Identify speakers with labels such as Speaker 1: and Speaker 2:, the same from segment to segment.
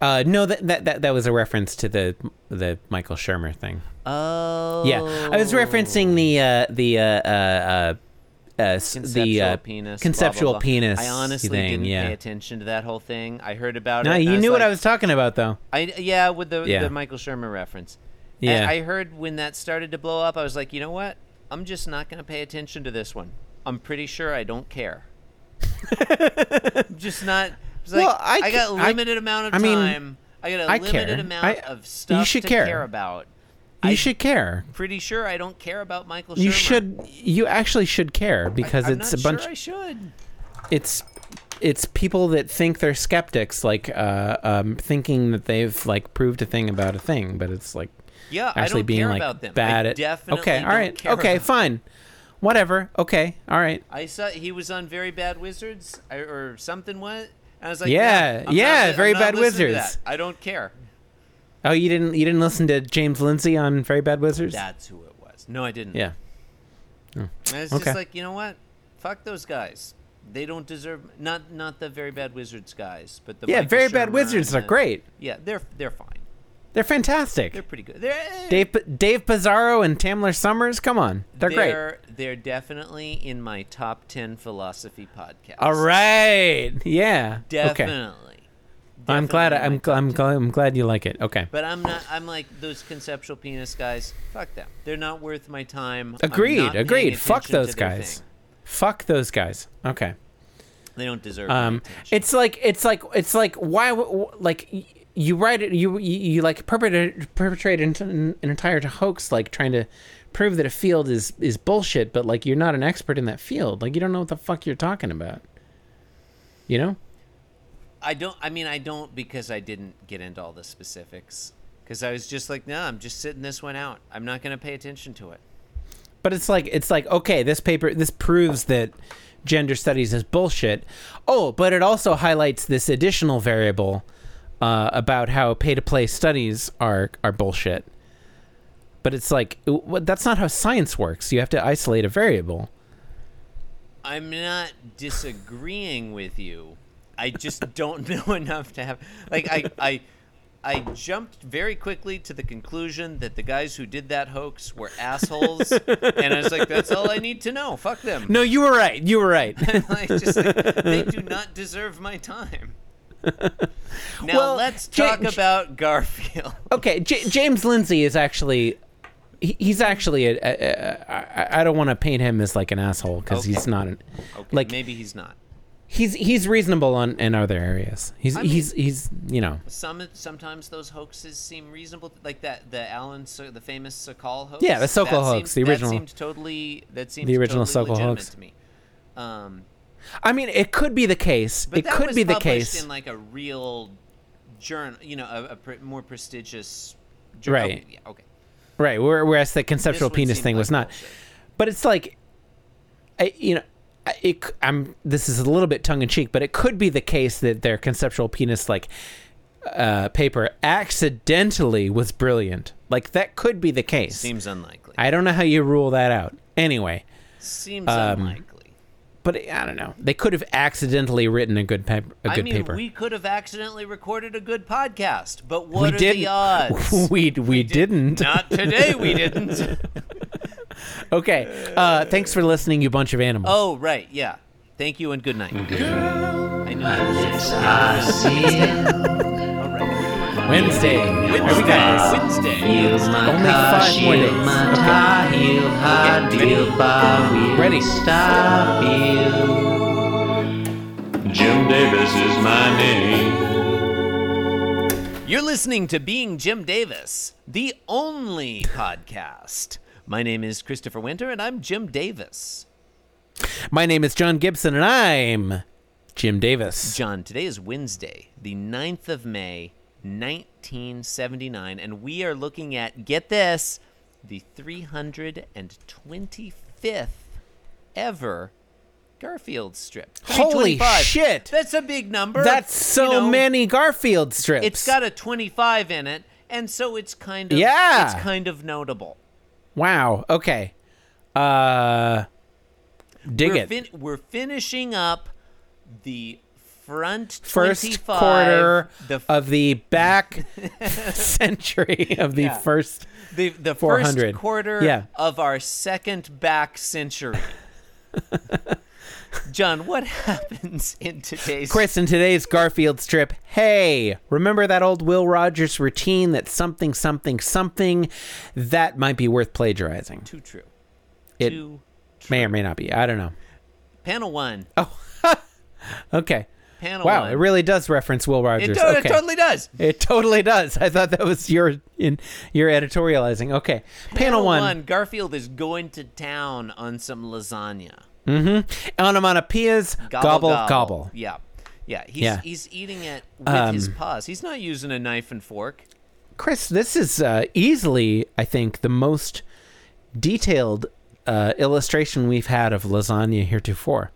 Speaker 1: Uh, no, that, that that that was a reference to the the Michael Shermer thing.
Speaker 2: Oh.
Speaker 1: Yeah, I was referencing the uh, the uh, uh, uh, uh, s- the
Speaker 2: Conceptual
Speaker 1: uh,
Speaker 2: penis. blah, blah,
Speaker 1: conceptual
Speaker 2: blah.
Speaker 1: penis.
Speaker 2: I honestly
Speaker 1: thing,
Speaker 2: didn't
Speaker 1: yeah.
Speaker 2: pay attention to that whole thing. I heard about
Speaker 1: No,
Speaker 2: it. and
Speaker 1: you knew what I
Speaker 2: like-
Speaker 1: was talking about though.
Speaker 2: I yeah, with the
Speaker 1: Yeah.
Speaker 2: the Michael Shermer reference. And
Speaker 1: Yeah.
Speaker 2: I heard when that started to blow up, I was like, you know what? I'm just not going to pay attention to this one. I'm pretty sure I don't care. I'm just not. I was like,
Speaker 1: Well, I ca-
Speaker 2: I, got a
Speaker 1: I-
Speaker 2: limited amount of
Speaker 1: I mean,
Speaker 2: time. I got a
Speaker 1: I
Speaker 2: limited
Speaker 1: care.
Speaker 2: amount
Speaker 1: I-
Speaker 2: of stuff
Speaker 1: should
Speaker 2: to
Speaker 1: care.
Speaker 2: about.
Speaker 1: You
Speaker 2: I-
Speaker 1: should care.
Speaker 2: Pretty sure I don't care about Michael Shermer.
Speaker 1: You should. You actually should care because
Speaker 2: I'm
Speaker 1: it's
Speaker 2: not
Speaker 1: a bunch.
Speaker 2: Sure I should.
Speaker 1: it's it's people that think they're skeptics, like uh, um, thinking that they've like proved a thing about a thing, but it's like
Speaker 2: Yeah, I
Speaker 1: actually
Speaker 2: don't
Speaker 1: being
Speaker 2: care
Speaker 1: like
Speaker 2: about them. I
Speaker 1: bad at.
Speaker 2: definitely
Speaker 1: okay, all
Speaker 2: don't
Speaker 1: right,
Speaker 2: care
Speaker 1: okay,
Speaker 2: about
Speaker 1: fine, whatever. Okay, all right.
Speaker 2: I saw he was on Very Bad Wizards I- or something. What? And I was like,
Speaker 1: Yeah,
Speaker 2: I'm
Speaker 1: yeah,
Speaker 2: not li-
Speaker 1: Very
Speaker 2: I'm not
Speaker 1: Bad
Speaker 2: listening to
Speaker 1: Wizards.
Speaker 2: that. I don't care.
Speaker 1: Oh, you didn't you didn't listen to James Lindsay on Very Bad Wizards?
Speaker 2: That's who it was. No, I didn't.
Speaker 1: Yeah.
Speaker 2: And it's
Speaker 1: okay.
Speaker 2: just like you know what? Fuck those guys. They don't deserve not not the Very Bad Wizards guys, but the
Speaker 1: Yeah,
Speaker 2: Michael
Speaker 1: Very Bad
Speaker 2: Shermer
Speaker 1: Wizards
Speaker 2: and
Speaker 1: are
Speaker 2: the-
Speaker 1: great.
Speaker 2: Yeah, they're they're fine.
Speaker 1: They're fantastic.
Speaker 2: They're pretty good. They're
Speaker 1: Dave Dave Pizarro and Tamler Summers, come on. They're, great.
Speaker 2: They're, they're definitely in my top ten philosophy podcast.
Speaker 1: All right. Yeah. Okay.
Speaker 2: Definitely.
Speaker 1: I'm glad
Speaker 2: Definitely in
Speaker 1: I'm gl-
Speaker 2: my
Speaker 1: I'm glad I'm glad you like it. Okay.
Speaker 2: But I'm not. I'm like those conceptual penis guys. Fuck them. They're not worth my time. I'm not
Speaker 1: Agreed.
Speaker 2: paying
Speaker 1: Agreed. Fuck
Speaker 2: attention to
Speaker 1: those
Speaker 2: their
Speaker 1: guys.
Speaker 2: thing.
Speaker 1: Fuck those guys. Okay.
Speaker 2: They don't deserve.
Speaker 1: Um it's like it's like it's like why w- w- like y- you write it you you, you like perpetrate perpetrate an, an entire hoax like trying to prove that a field is is bullshit but like you're not an expert in that field. Like you don't know what the fuck you're talking about. You know?
Speaker 2: I don't. I mean, I don't because I didn't get into all the specifics. Because I was just like, no, I'm just sitting this one out. I'm not going to pay attention to it.
Speaker 1: But it's like it's like okay, this paper this proves that gender studies is bullshit. Oh, but it also highlights this additional variable uh, about how pay-to-play studies are are bullshit. But it's like w- w- that's not how science works. You have to isolate a variable.
Speaker 2: I'm not disagreeing with you. I just don't know enough to have like I I I jumped very quickly to the conclusion that the guys who did that hoax were assholes, and I was like, "That's all I need to know. Fuck them."
Speaker 1: No, you were right. You were right.
Speaker 2: like, just like, they do not deserve my time. Now
Speaker 1: Well,
Speaker 2: let's
Speaker 1: Ja-
Speaker 2: talk about Garfield.
Speaker 1: okay, J- James Lindsay is actually he- he's actually a, a, a, I, I don't want to paint him as like an asshole because
Speaker 2: Okay.
Speaker 1: he's not an
Speaker 2: Okay,
Speaker 1: like
Speaker 2: maybe he's not.
Speaker 1: he's he's reasonable on in other areas. He's
Speaker 2: mean-
Speaker 1: he's he's you know
Speaker 2: Some sometimes those hoaxes seem reasonable, like that the Alan so- the famous Sokol hoax.
Speaker 1: Yeah, the Sokol
Speaker 2: That
Speaker 1: hoax,
Speaker 2: seemed-
Speaker 1: the original-
Speaker 2: That seemed totally. That seemed
Speaker 1: the original
Speaker 2: totally
Speaker 1: Sokol
Speaker 2: legitimate
Speaker 1: hoax.
Speaker 2: to me. Um,
Speaker 1: I mean, it could be the case.
Speaker 2: but
Speaker 1: it
Speaker 2: that
Speaker 1: could
Speaker 2: was
Speaker 1: be the
Speaker 2: published
Speaker 1: case.
Speaker 2: in like a real journal, you know, a, a pre- more prestigious. Jour-
Speaker 1: Right.
Speaker 2: Okay, yeah, okay.
Speaker 1: right. where- Whereas the
Speaker 2: This
Speaker 1: conceptual
Speaker 2: one
Speaker 1: penis
Speaker 2: seemed
Speaker 1: thing
Speaker 2: like
Speaker 1: was not.
Speaker 2: bullshit.
Speaker 1: But it's like, I, you know, I, it, c- I'm. This is a little bit tongue in cheek, but it could be the case that their conceptual penis like uh, paper accidentally was brilliant. Like that could be the case.
Speaker 2: Seems unlikely.
Speaker 1: I don't know how you rule that out. Anyway,
Speaker 2: Seems
Speaker 1: um,
Speaker 2: unlikely.
Speaker 1: but I don't know. They could have accidentally written a good pap- a good
Speaker 2: I mean,
Speaker 1: paper.
Speaker 2: we could have accidentally recorded a good podcast, but what are
Speaker 1: didn't.
Speaker 2: the odds?
Speaker 1: we we didn't.
Speaker 2: Not today, we didn't.
Speaker 1: Okay. Uh, thanks for listening, you bunch of animals.
Speaker 2: Oh, right, yeah. Thank you and good night. I knew that was All right.
Speaker 1: Wednesday. Every guys.
Speaker 2: Wednesday.
Speaker 1: Only five more days. Ready.
Speaker 3: Jim Davis is my name.
Speaker 2: You're listening to Being Jim Davis, the only podcast. My name is Christopher Winter, and I'm Jim Davis.
Speaker 1: My name is John Gibson, and I'm Jim Davis.
Speaker 2: John, today is Wednesday, the 9th of May, 1979, and we are looking at, get this, the 325th ever Garfield strip.
Speaker 1: Holy
Speaker 2: 325.
Speaker 1: shit.
Speaker 2: That's a big number.
Speaker 1: That's
Speaker 2: You
Speaker 1: so
Speaker 2: know,
Speaker 1: many Garfield strips.
Speaker 2: It's got a 25 in it, and so it's kind of,
Speaker 1: Yeah.
Speaker 2: it's kind of notable.
Speaker 1: wow. Okay. Uh, dig
Speaker 2: we're
Speaker 1: it.
Speaker 2: fin- we're finishing up the front
Speaker 1: first
Speaker 2: 25,
Speaker 1: quarter
Speaker 2: the
Speaker 1: of the back century of the
Speaker 2: Yeah.
Speaker 1: first.
Speaker 2: the the
Speaker 1: 400.
Speaker 2: first quarter
Speaker 1: Yeah.
Speaker 2: of our second back century. John, what happens in today's
Speaker 1: Chris, in today's Garfield strip, hey, remember that old Will Rogers routine that something, something, something? That might be worth plagiarizing.
Speaker 2: too true?
Speaker 1: It
Speaker 2: Too-
Speaker 1: may or may not be. I don't know.
Speaker 2: panel one.
Speaker 1: Okay.
Speaker 2: Panel
Speaker 1: Oh, Wow,
Speaker 2: one.
Speaker 1: it really does reference Will
Speaker 2: Oh, It,
Speaker 1: Rogers.
Speaker 2: to- it
Speaker 1: okay.
Speaker 2: totally does.
Speaker 1: It totally does. I thought that was your in your editorializing. Okay, panel, one.
Speaker 2: Garfield is going to town on some lasagna.
Speaker 1: Mm-hmm. Onomatopoeias. Gobble gobble.
Speaker 2: Yeah. Yeah. He's
Speaker 1: Yeah. Um,
Speaker 2: he's eating it with his paws. He's not using a knife and fork.
Speaker 1: Chris, this is uh, easily, I think, the most detailed uh, illustration we've had of lasagna heretofore.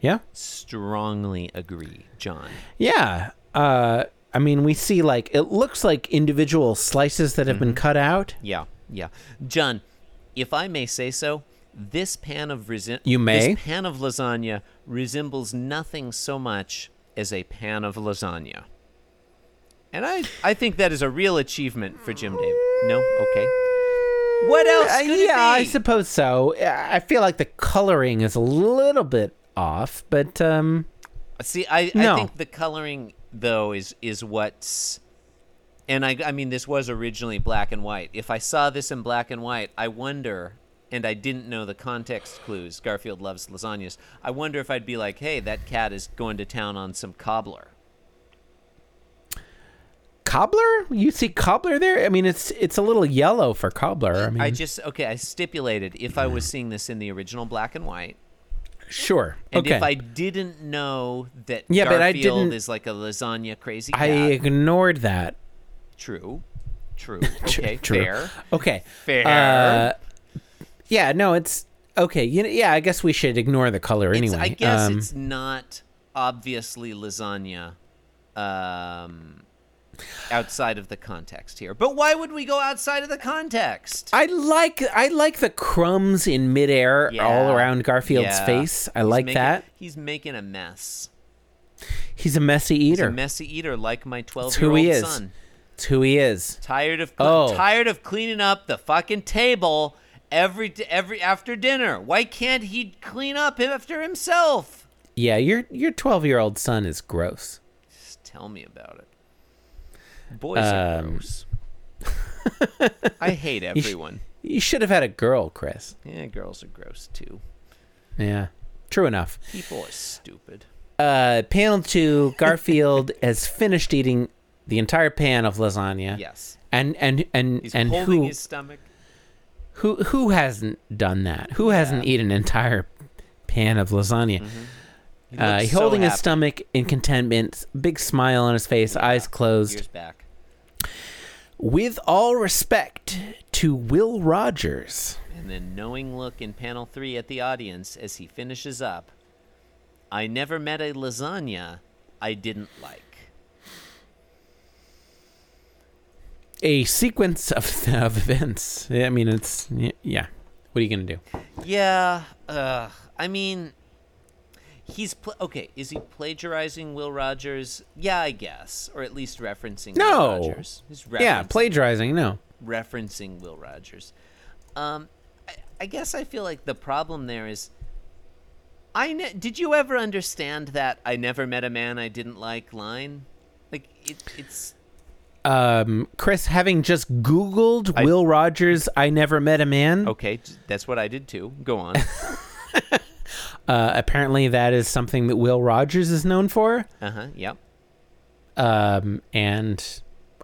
Speaker 1: Yeah.
Speaker 2: Strongly agree, John.
Speaker 1: Yeah. Uh, I mean, we see like it looks like individual slices that have been cut out.
Speaker 2: Yeah, yeah. John, if I may say so, this pan of resi-
Speaker 1: You may.
Speaker 2: this pan of lasagna resembles nothing so much as a pan of lasagna. And I, I think that is a real achievement for Jim Dave. No, okay. What else?
Speaker 1: Uh,
Speaker 2: Could it
Speaker 1: yeah, I
Speaker 2: be?
Speaker 1: suppose so. Uh, I I feel like the coloring is a little bit off, but um,
Speaker 2: See, I,
Speaker 1: No.
Speaker 2: I think the coloring though is is what's, and I I mean this was originally black and white. If I saw this in black and white, I wonder, and I didn't know the context clues. Garfield loves lasagnas. I wonder if I'd be like, hey, that cat is going to town on some cobbler.
Speaker 1: cobbler. You see cobbler there? I mean, it's it's a little yellow for cobbler. I mean,
Speaker 2: I just okay. I stipulated if I was seeing this in the original black and white,
Speaker 1: sure.
Speaker 2: and
Speaker 1: okay.
Speaker 2: if I didn't know that
Speaker 1: Yeah, but I
Speaker 2: Garfield
Speaker 1: didn't-
Speaker 2: is like a lasagna crazy
Speaker 1: I
Speaker 2: cat.
Speaker 1: ignored that.
Speaker 2: True, true. Okay,
Speaker 1: True.
Speaker 2: fair.
Speaker 1: Okay.
Speaker 2: Fair.
Speaker 1: Uh, yeah. No, it's okay. You know, yeah, I guess we should ignore the color
Speaker 2: It's-
Speaker 1: anyway.
Speaker 2: I guess
Speaker 1: Um,
Speaker 2: it's not obviously lasagna um, outside of the context here. But why would we go outside of the context?
Speaker 1: I like I like the crumbs in midair
Speaker 2: Yeah.
Speaker 1: all around Garfield's
Speaker 2: Yeah.
Speaker 1: face. I
Speaker 2: He's
Speaker 1: like
Speaker 2: making-
Speaker 1: that.
Speaker 2: He's making a mess.
Speaker 1: He's a messy
Speaker 2: He's
Speaker 1: eater.
Speaker 2: a messy eater like my 12
Speaker 1: who
Speaker 2: year
Speaker 1: he
Speaker 2: old
Speaker 1: is.
Speaker 2: son.
Speaker 1: It's who he is.
Speaker 2: Tired of
Speaker 1: Oh.
Speaker 2: tired of cleaning up the fucking table every every after dinner. Why can't he clean up after himself?
Speaker 1: Yeah, your your twelve year old son is gross.
Speaker 2: Just tell me about it. Boys are
Speaker 1: Um,
Speaker 2: gross. I hate
Speaker 1: sh-
Speaker 2: everyone.
Speaker 1: You should have had a girl, Chris.
Speaker 2: Yeah, girls are gross too.
Speaker 1: Yeah, true enough.
Speaker 2: People are stupid.
Speaker 1: Uh, panel two: Garfield has finished eating the entire pan of lasagna.
Speaker 2: Yes.
Speaker 1: and and and
Speaker 2: He's
Speaker 1: and
Speaker 2: holding
Speaker 1: who
Speaker 2: his stomach.
Speaker 1: who who hasn't done that? Who hasn't eaten an entire pan of lasagna?
Speaker 2: Mm-hmm. He
Speaker 1: Uh,
Speaker 2: looks
Speaker 1: he's
Speaker 2: so
Speaker 1: holding his
Speaker 2: happy.
Speaker 1: stomach in contentment, big smile on his face, eyes closed.
Speaker 2: Years back.
Speaker 1: With all respect to Will Rogers.
Speaker 2: And then knowing look in panel three at the audience as he finishes up. I never met a lasagna I didn't like.
Speaker 1: a sequence of, of events. Yeah, I mean, it's y- yeah. What are you gonna do?
Speaker 2: Yeah. Uh, I mean, he's pl- okay. Is he plagiarizing Will Rogers? Yeah, I guess, or at least referencing.
Speaker 1: No.
Speaker 2: Will Rogers. He's
Speaker 1: Yeah,
Speaker 2: referencing-
Speaker 1: plagiarizing. No,
Speaker 2: referencing Will Rogers. Um, I, I guess I feel like the problem there is. I ne- did you ever understand that I never met a man I didn't like line? Like it, it's
Speaker 1: um, Chris, having just Googled Will Rogers, I never met a man.
Speaker 2: okay. j- That's what I did too. Go on.
Speaker 1: Uh, apparently, that is something that Will Rogers is known for.
Speaker 2: Uh huh. Yep.
Speaker 1: Um, and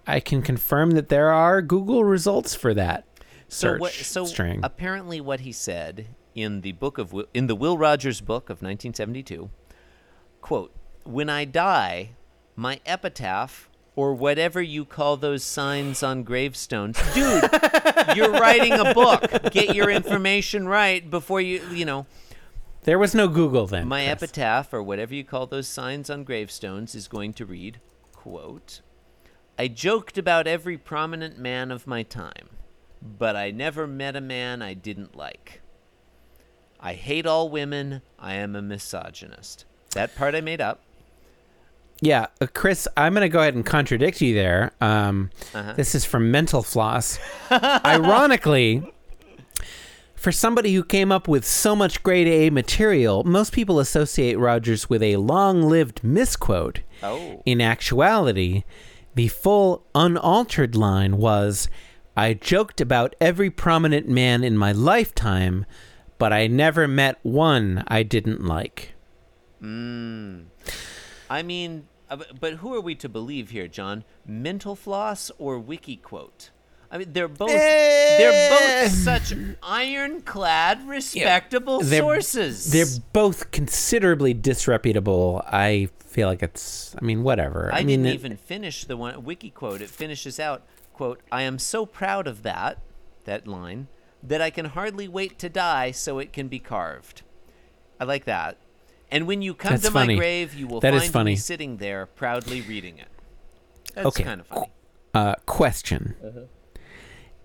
Speaker 1: I can confirm that there are Google results for that.
Speaker 2: So what?
Speaker 1: search
Speaker 2: So
Speaker 1: string.
Speaker 2: apparently, what he said in the book of Wi- in the Will Rogers book of 1972, quote: "When I die, my epitaph." Or whatever you call those signs on gravestones, dude. you're writing a book. Get your information right before you, you know.
Speaker 1: There was no Google then.
Speaker 2: My
Speaker 1: Chris.
Speaker 2: epitaph, or whatever you call those signs on gravestones, is going to read, quote, I joked about every prominent man of my time, but I never met a man I didn't like. I hate all women. I am a misogynist. That part I made up.
Speaker 1: Yeah, uh, Chris, I'm going to go ahead and contradict you there. Um, This is from Mental Floss. Ironically, for somebody who came up with so much grade A material, most people associate Rogers with a long lived misquote.
Speaker 2: Oh.
Speaker 1: In actuality, the full, unaltered line was I joked about every prominent man in my lifetime, but I never met one I didn't like.
Speaker 2: I mean, uh, bu- but who are we to believe here, John? Mental floss or wiki quote? I mean, they're both they're
Speaker 1: Eh.
Speaker 2: both such ironclad, respectable
Speaker 1: They're-
Speaker 2: sources.
Speaker 1: They're both considerably disreputable. I feel like it's. I mean, whatever.
Speaker 2: I,
Speaker 1: mean,
Speaker 2: didn't
Speaker 1: it-
Speaker 2: even finish the one wiki quote. It finishes out quote. I am so proud of that that line that I can hardly wait to die so it can be carved. I like that. And when you come
Speaker 1: That's
Speaker 2: to
Speaker 1: funny.
Speaker 2: my grave, you will
Speaker 1: That is
Speaker 2: find
Speaker 1: funny.
Speaker 2: me sitting there proudly reading it. That's
Speaker 1: Okay.
Speaker 2: kind of funny.
Speaker 1: Uh, question:
Speaker 2: Uh-huh.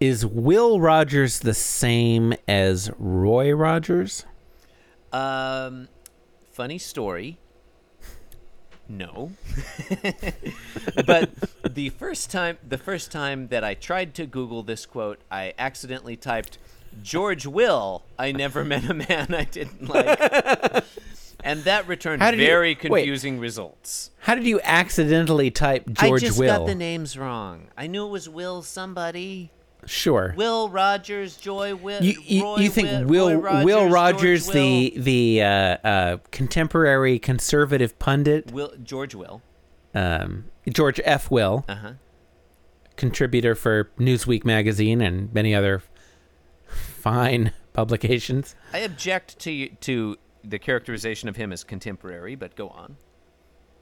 Speaker 1: Is Will Rogers the same as Roy Rogers?
Speaker 2: Um, funny story. No, but the first time the first time that I tried to Google this quote, I accidentally typed George Will. I never met a man I didn't like, and that returned
Speaker 1: How did you-
Speaker 2: very
Speaker 1: wait.
Speaker 2: confusing results.
Speaker 1: How did you accidentally type George
Speaker 2: I just
Speaker 1: Will?
Speaker 2: got the names wrong. I knew it was Will somebody.
Speaker 1: Sure.
Speaker 2: Will Rogers, Joy Will.
Speaker 1: you, you,
Speaker 2: Roy
Speaker 1: you think
Speaker 2: Will
Speaker 1: Will
Speaker 2: Roy
Speaker 1: Will
Speaker 2: George
Speaker 1: Rogers,
Speaker 2: Will.
Speaker 1: the the uh, uh, contemporary conservative pundit,
Speaker 2: Will George Will?
Speaker 1: um, George F. Will,
Speaker 2: Uh huh.
Speaker 1: contributor for Newsweek magazine and many other fine publications.
Speaker 2: I object to to the characterization of him as contemporary, but go on.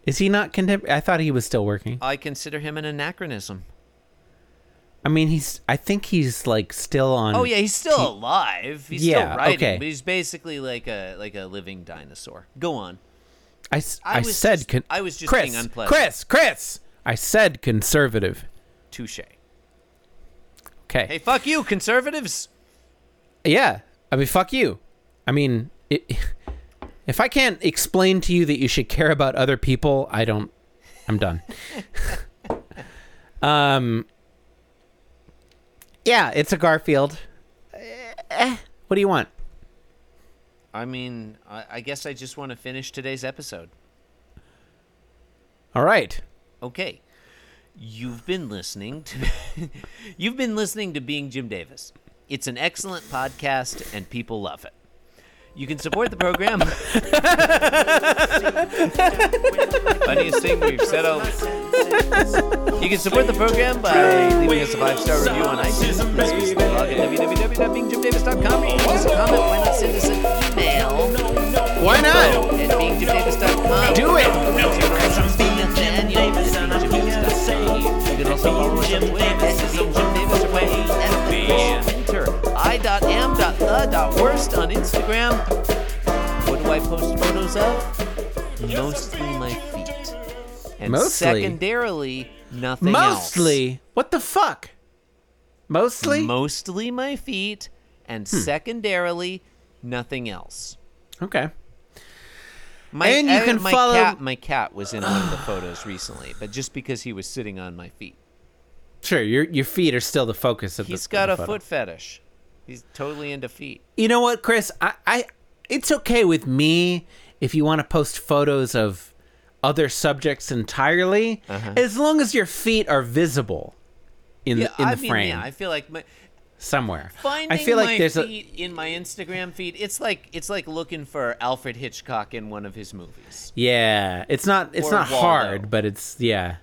Speaker 1: Is he not contemporary? I thought he was still working.
Speaker 2: I consider him an
Speaker 1: Hmm.
Speaker 2: anachronism.
Speaker 1: I mean, he's. I think he's like still on.
Speaker 2: Oh yeah, he's still alive. He's
Speaker 1: Yeah,
Speaker 2: still writing,
Speaker 1: okay.
Speaker 2: but he's basically like a like a living dinosaur. Go on.
Speaker 1: I, s-
Speaker 2: I
Speaker 1: I
Speaker 2: was
Speaker 1: said.
Speaker 2: just-
Speaker 1: con-
Speaker 2: I was just
Speaker 1: Chris,
Speaker 2: being unpleasant.
Speaker 1: Chris. Chris. I said conservative.
Speaker 2: Touche.
Speaker 1: Okay.
Speaker 2: Hey, fuck you, conservatives.
Speaker 1: Yeah. I mean, fuck you. I mean, it, if I can't explain to you that you should care about other people, I don't. I'm done. um. Yeah, it's a Garfield. Eh, eh, what do you want?
Speaker 2: I mean, I, I guess I just want to finish today's episode.
Speaker 1: All right.
Speaker 2: Okay. You've been listening to You've been listening to Being Jim Davis. It's an excellent podcast and people love it. You can support the program. Funniest thing we've said all You can support the program by leaving us a five-star review on iTunes. Please visit the blog at www.beingjimdavis.com or leave us a comment. Why not send us an email
Speaker 1: Why not?
Speaker 2: at beingjimdavis.com?
Speaker 1: Do it.
Speaker 2: i.m.the.worst on Instagram. What do I post photos of? Mostly my feet. And
Speaker 1: Mostly.
Speaker 2: secondarily, nothing else.
Speaker 1: Mostly. What the fuck? Mostly.
Speaker 2: Mostly my feet, and
Speaker 1: Hmm.
Speaker 2: secondarily, nothing else.
Speaker 1: okay.
Speaker 2: My,
Speaker 1: And you
Speaker 2: I-
Speaker 1: can
Speaker 2: my
Speaker 1: follow-
Speaker 2: Cat, my cat was in one of the photos recently, but just because he was sitting on my feet.
Speaker 1: Sure. Your your feet are still the focus of the.
Speaker 2: He's got
Speaker 1: of
Speaker 2: a
Speaker 1: the photo.
Speaker 2: foot fetish. He's totally into feet.
Speaker 1: you know what, Chris? I, I it's okay with me if you want to post photos of other subjects entirely, as long as your feet are visible in the, in
Speaker 2: I
Speaker 1: the
Speaker 2: mean,
Speaker 1: frame
Speaker 2: Uh-huh. yeah, I feel like my,
Speaker 1: somewhere.
Speaker 2: finding
Speaker 1: I feel like
Speaker 2: my
Speaker 1: there's
Speaker 2: feet in my Instagram feed. It's like it's like looking for Alfred Hitchcock in one of his movies.
Speaker 1: a yeah. It's not it's
Speaker 2: Or
Speaker 1: not
Speaker 2: Waldo.
Speaker 1: hard, but it's yeah.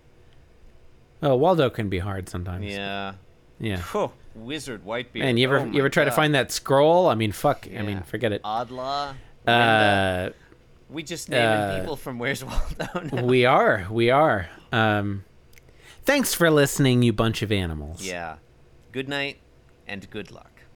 Speaker 1: Oh, Waldo can be hard sometimes.
Speaker 2: Yeah.
Speaker 1: yeah.
Speaker 2: Oh, Wizard Whitebeard.
Speaker 1: And you ever
Speaker 2: Oh my
Speaker 1: you ever try to
Speaker 2: God.
Speaker 1: find that scroll? I mean, fuck. I mean,
Speaker 2: Yeah.
Speaker 1: forget it.
Speaker 2: Oddlaw?
Speaker 1: Uh,
Speaker 2: Brenda. we just naming
Speaker 1: uh,
Speaker 2: people from Where's Waldo now.
Speaker 1: we are we are. Um, thanks for listening, you bunch of animals.
Speaker 2: Yeah. Good night and good luck.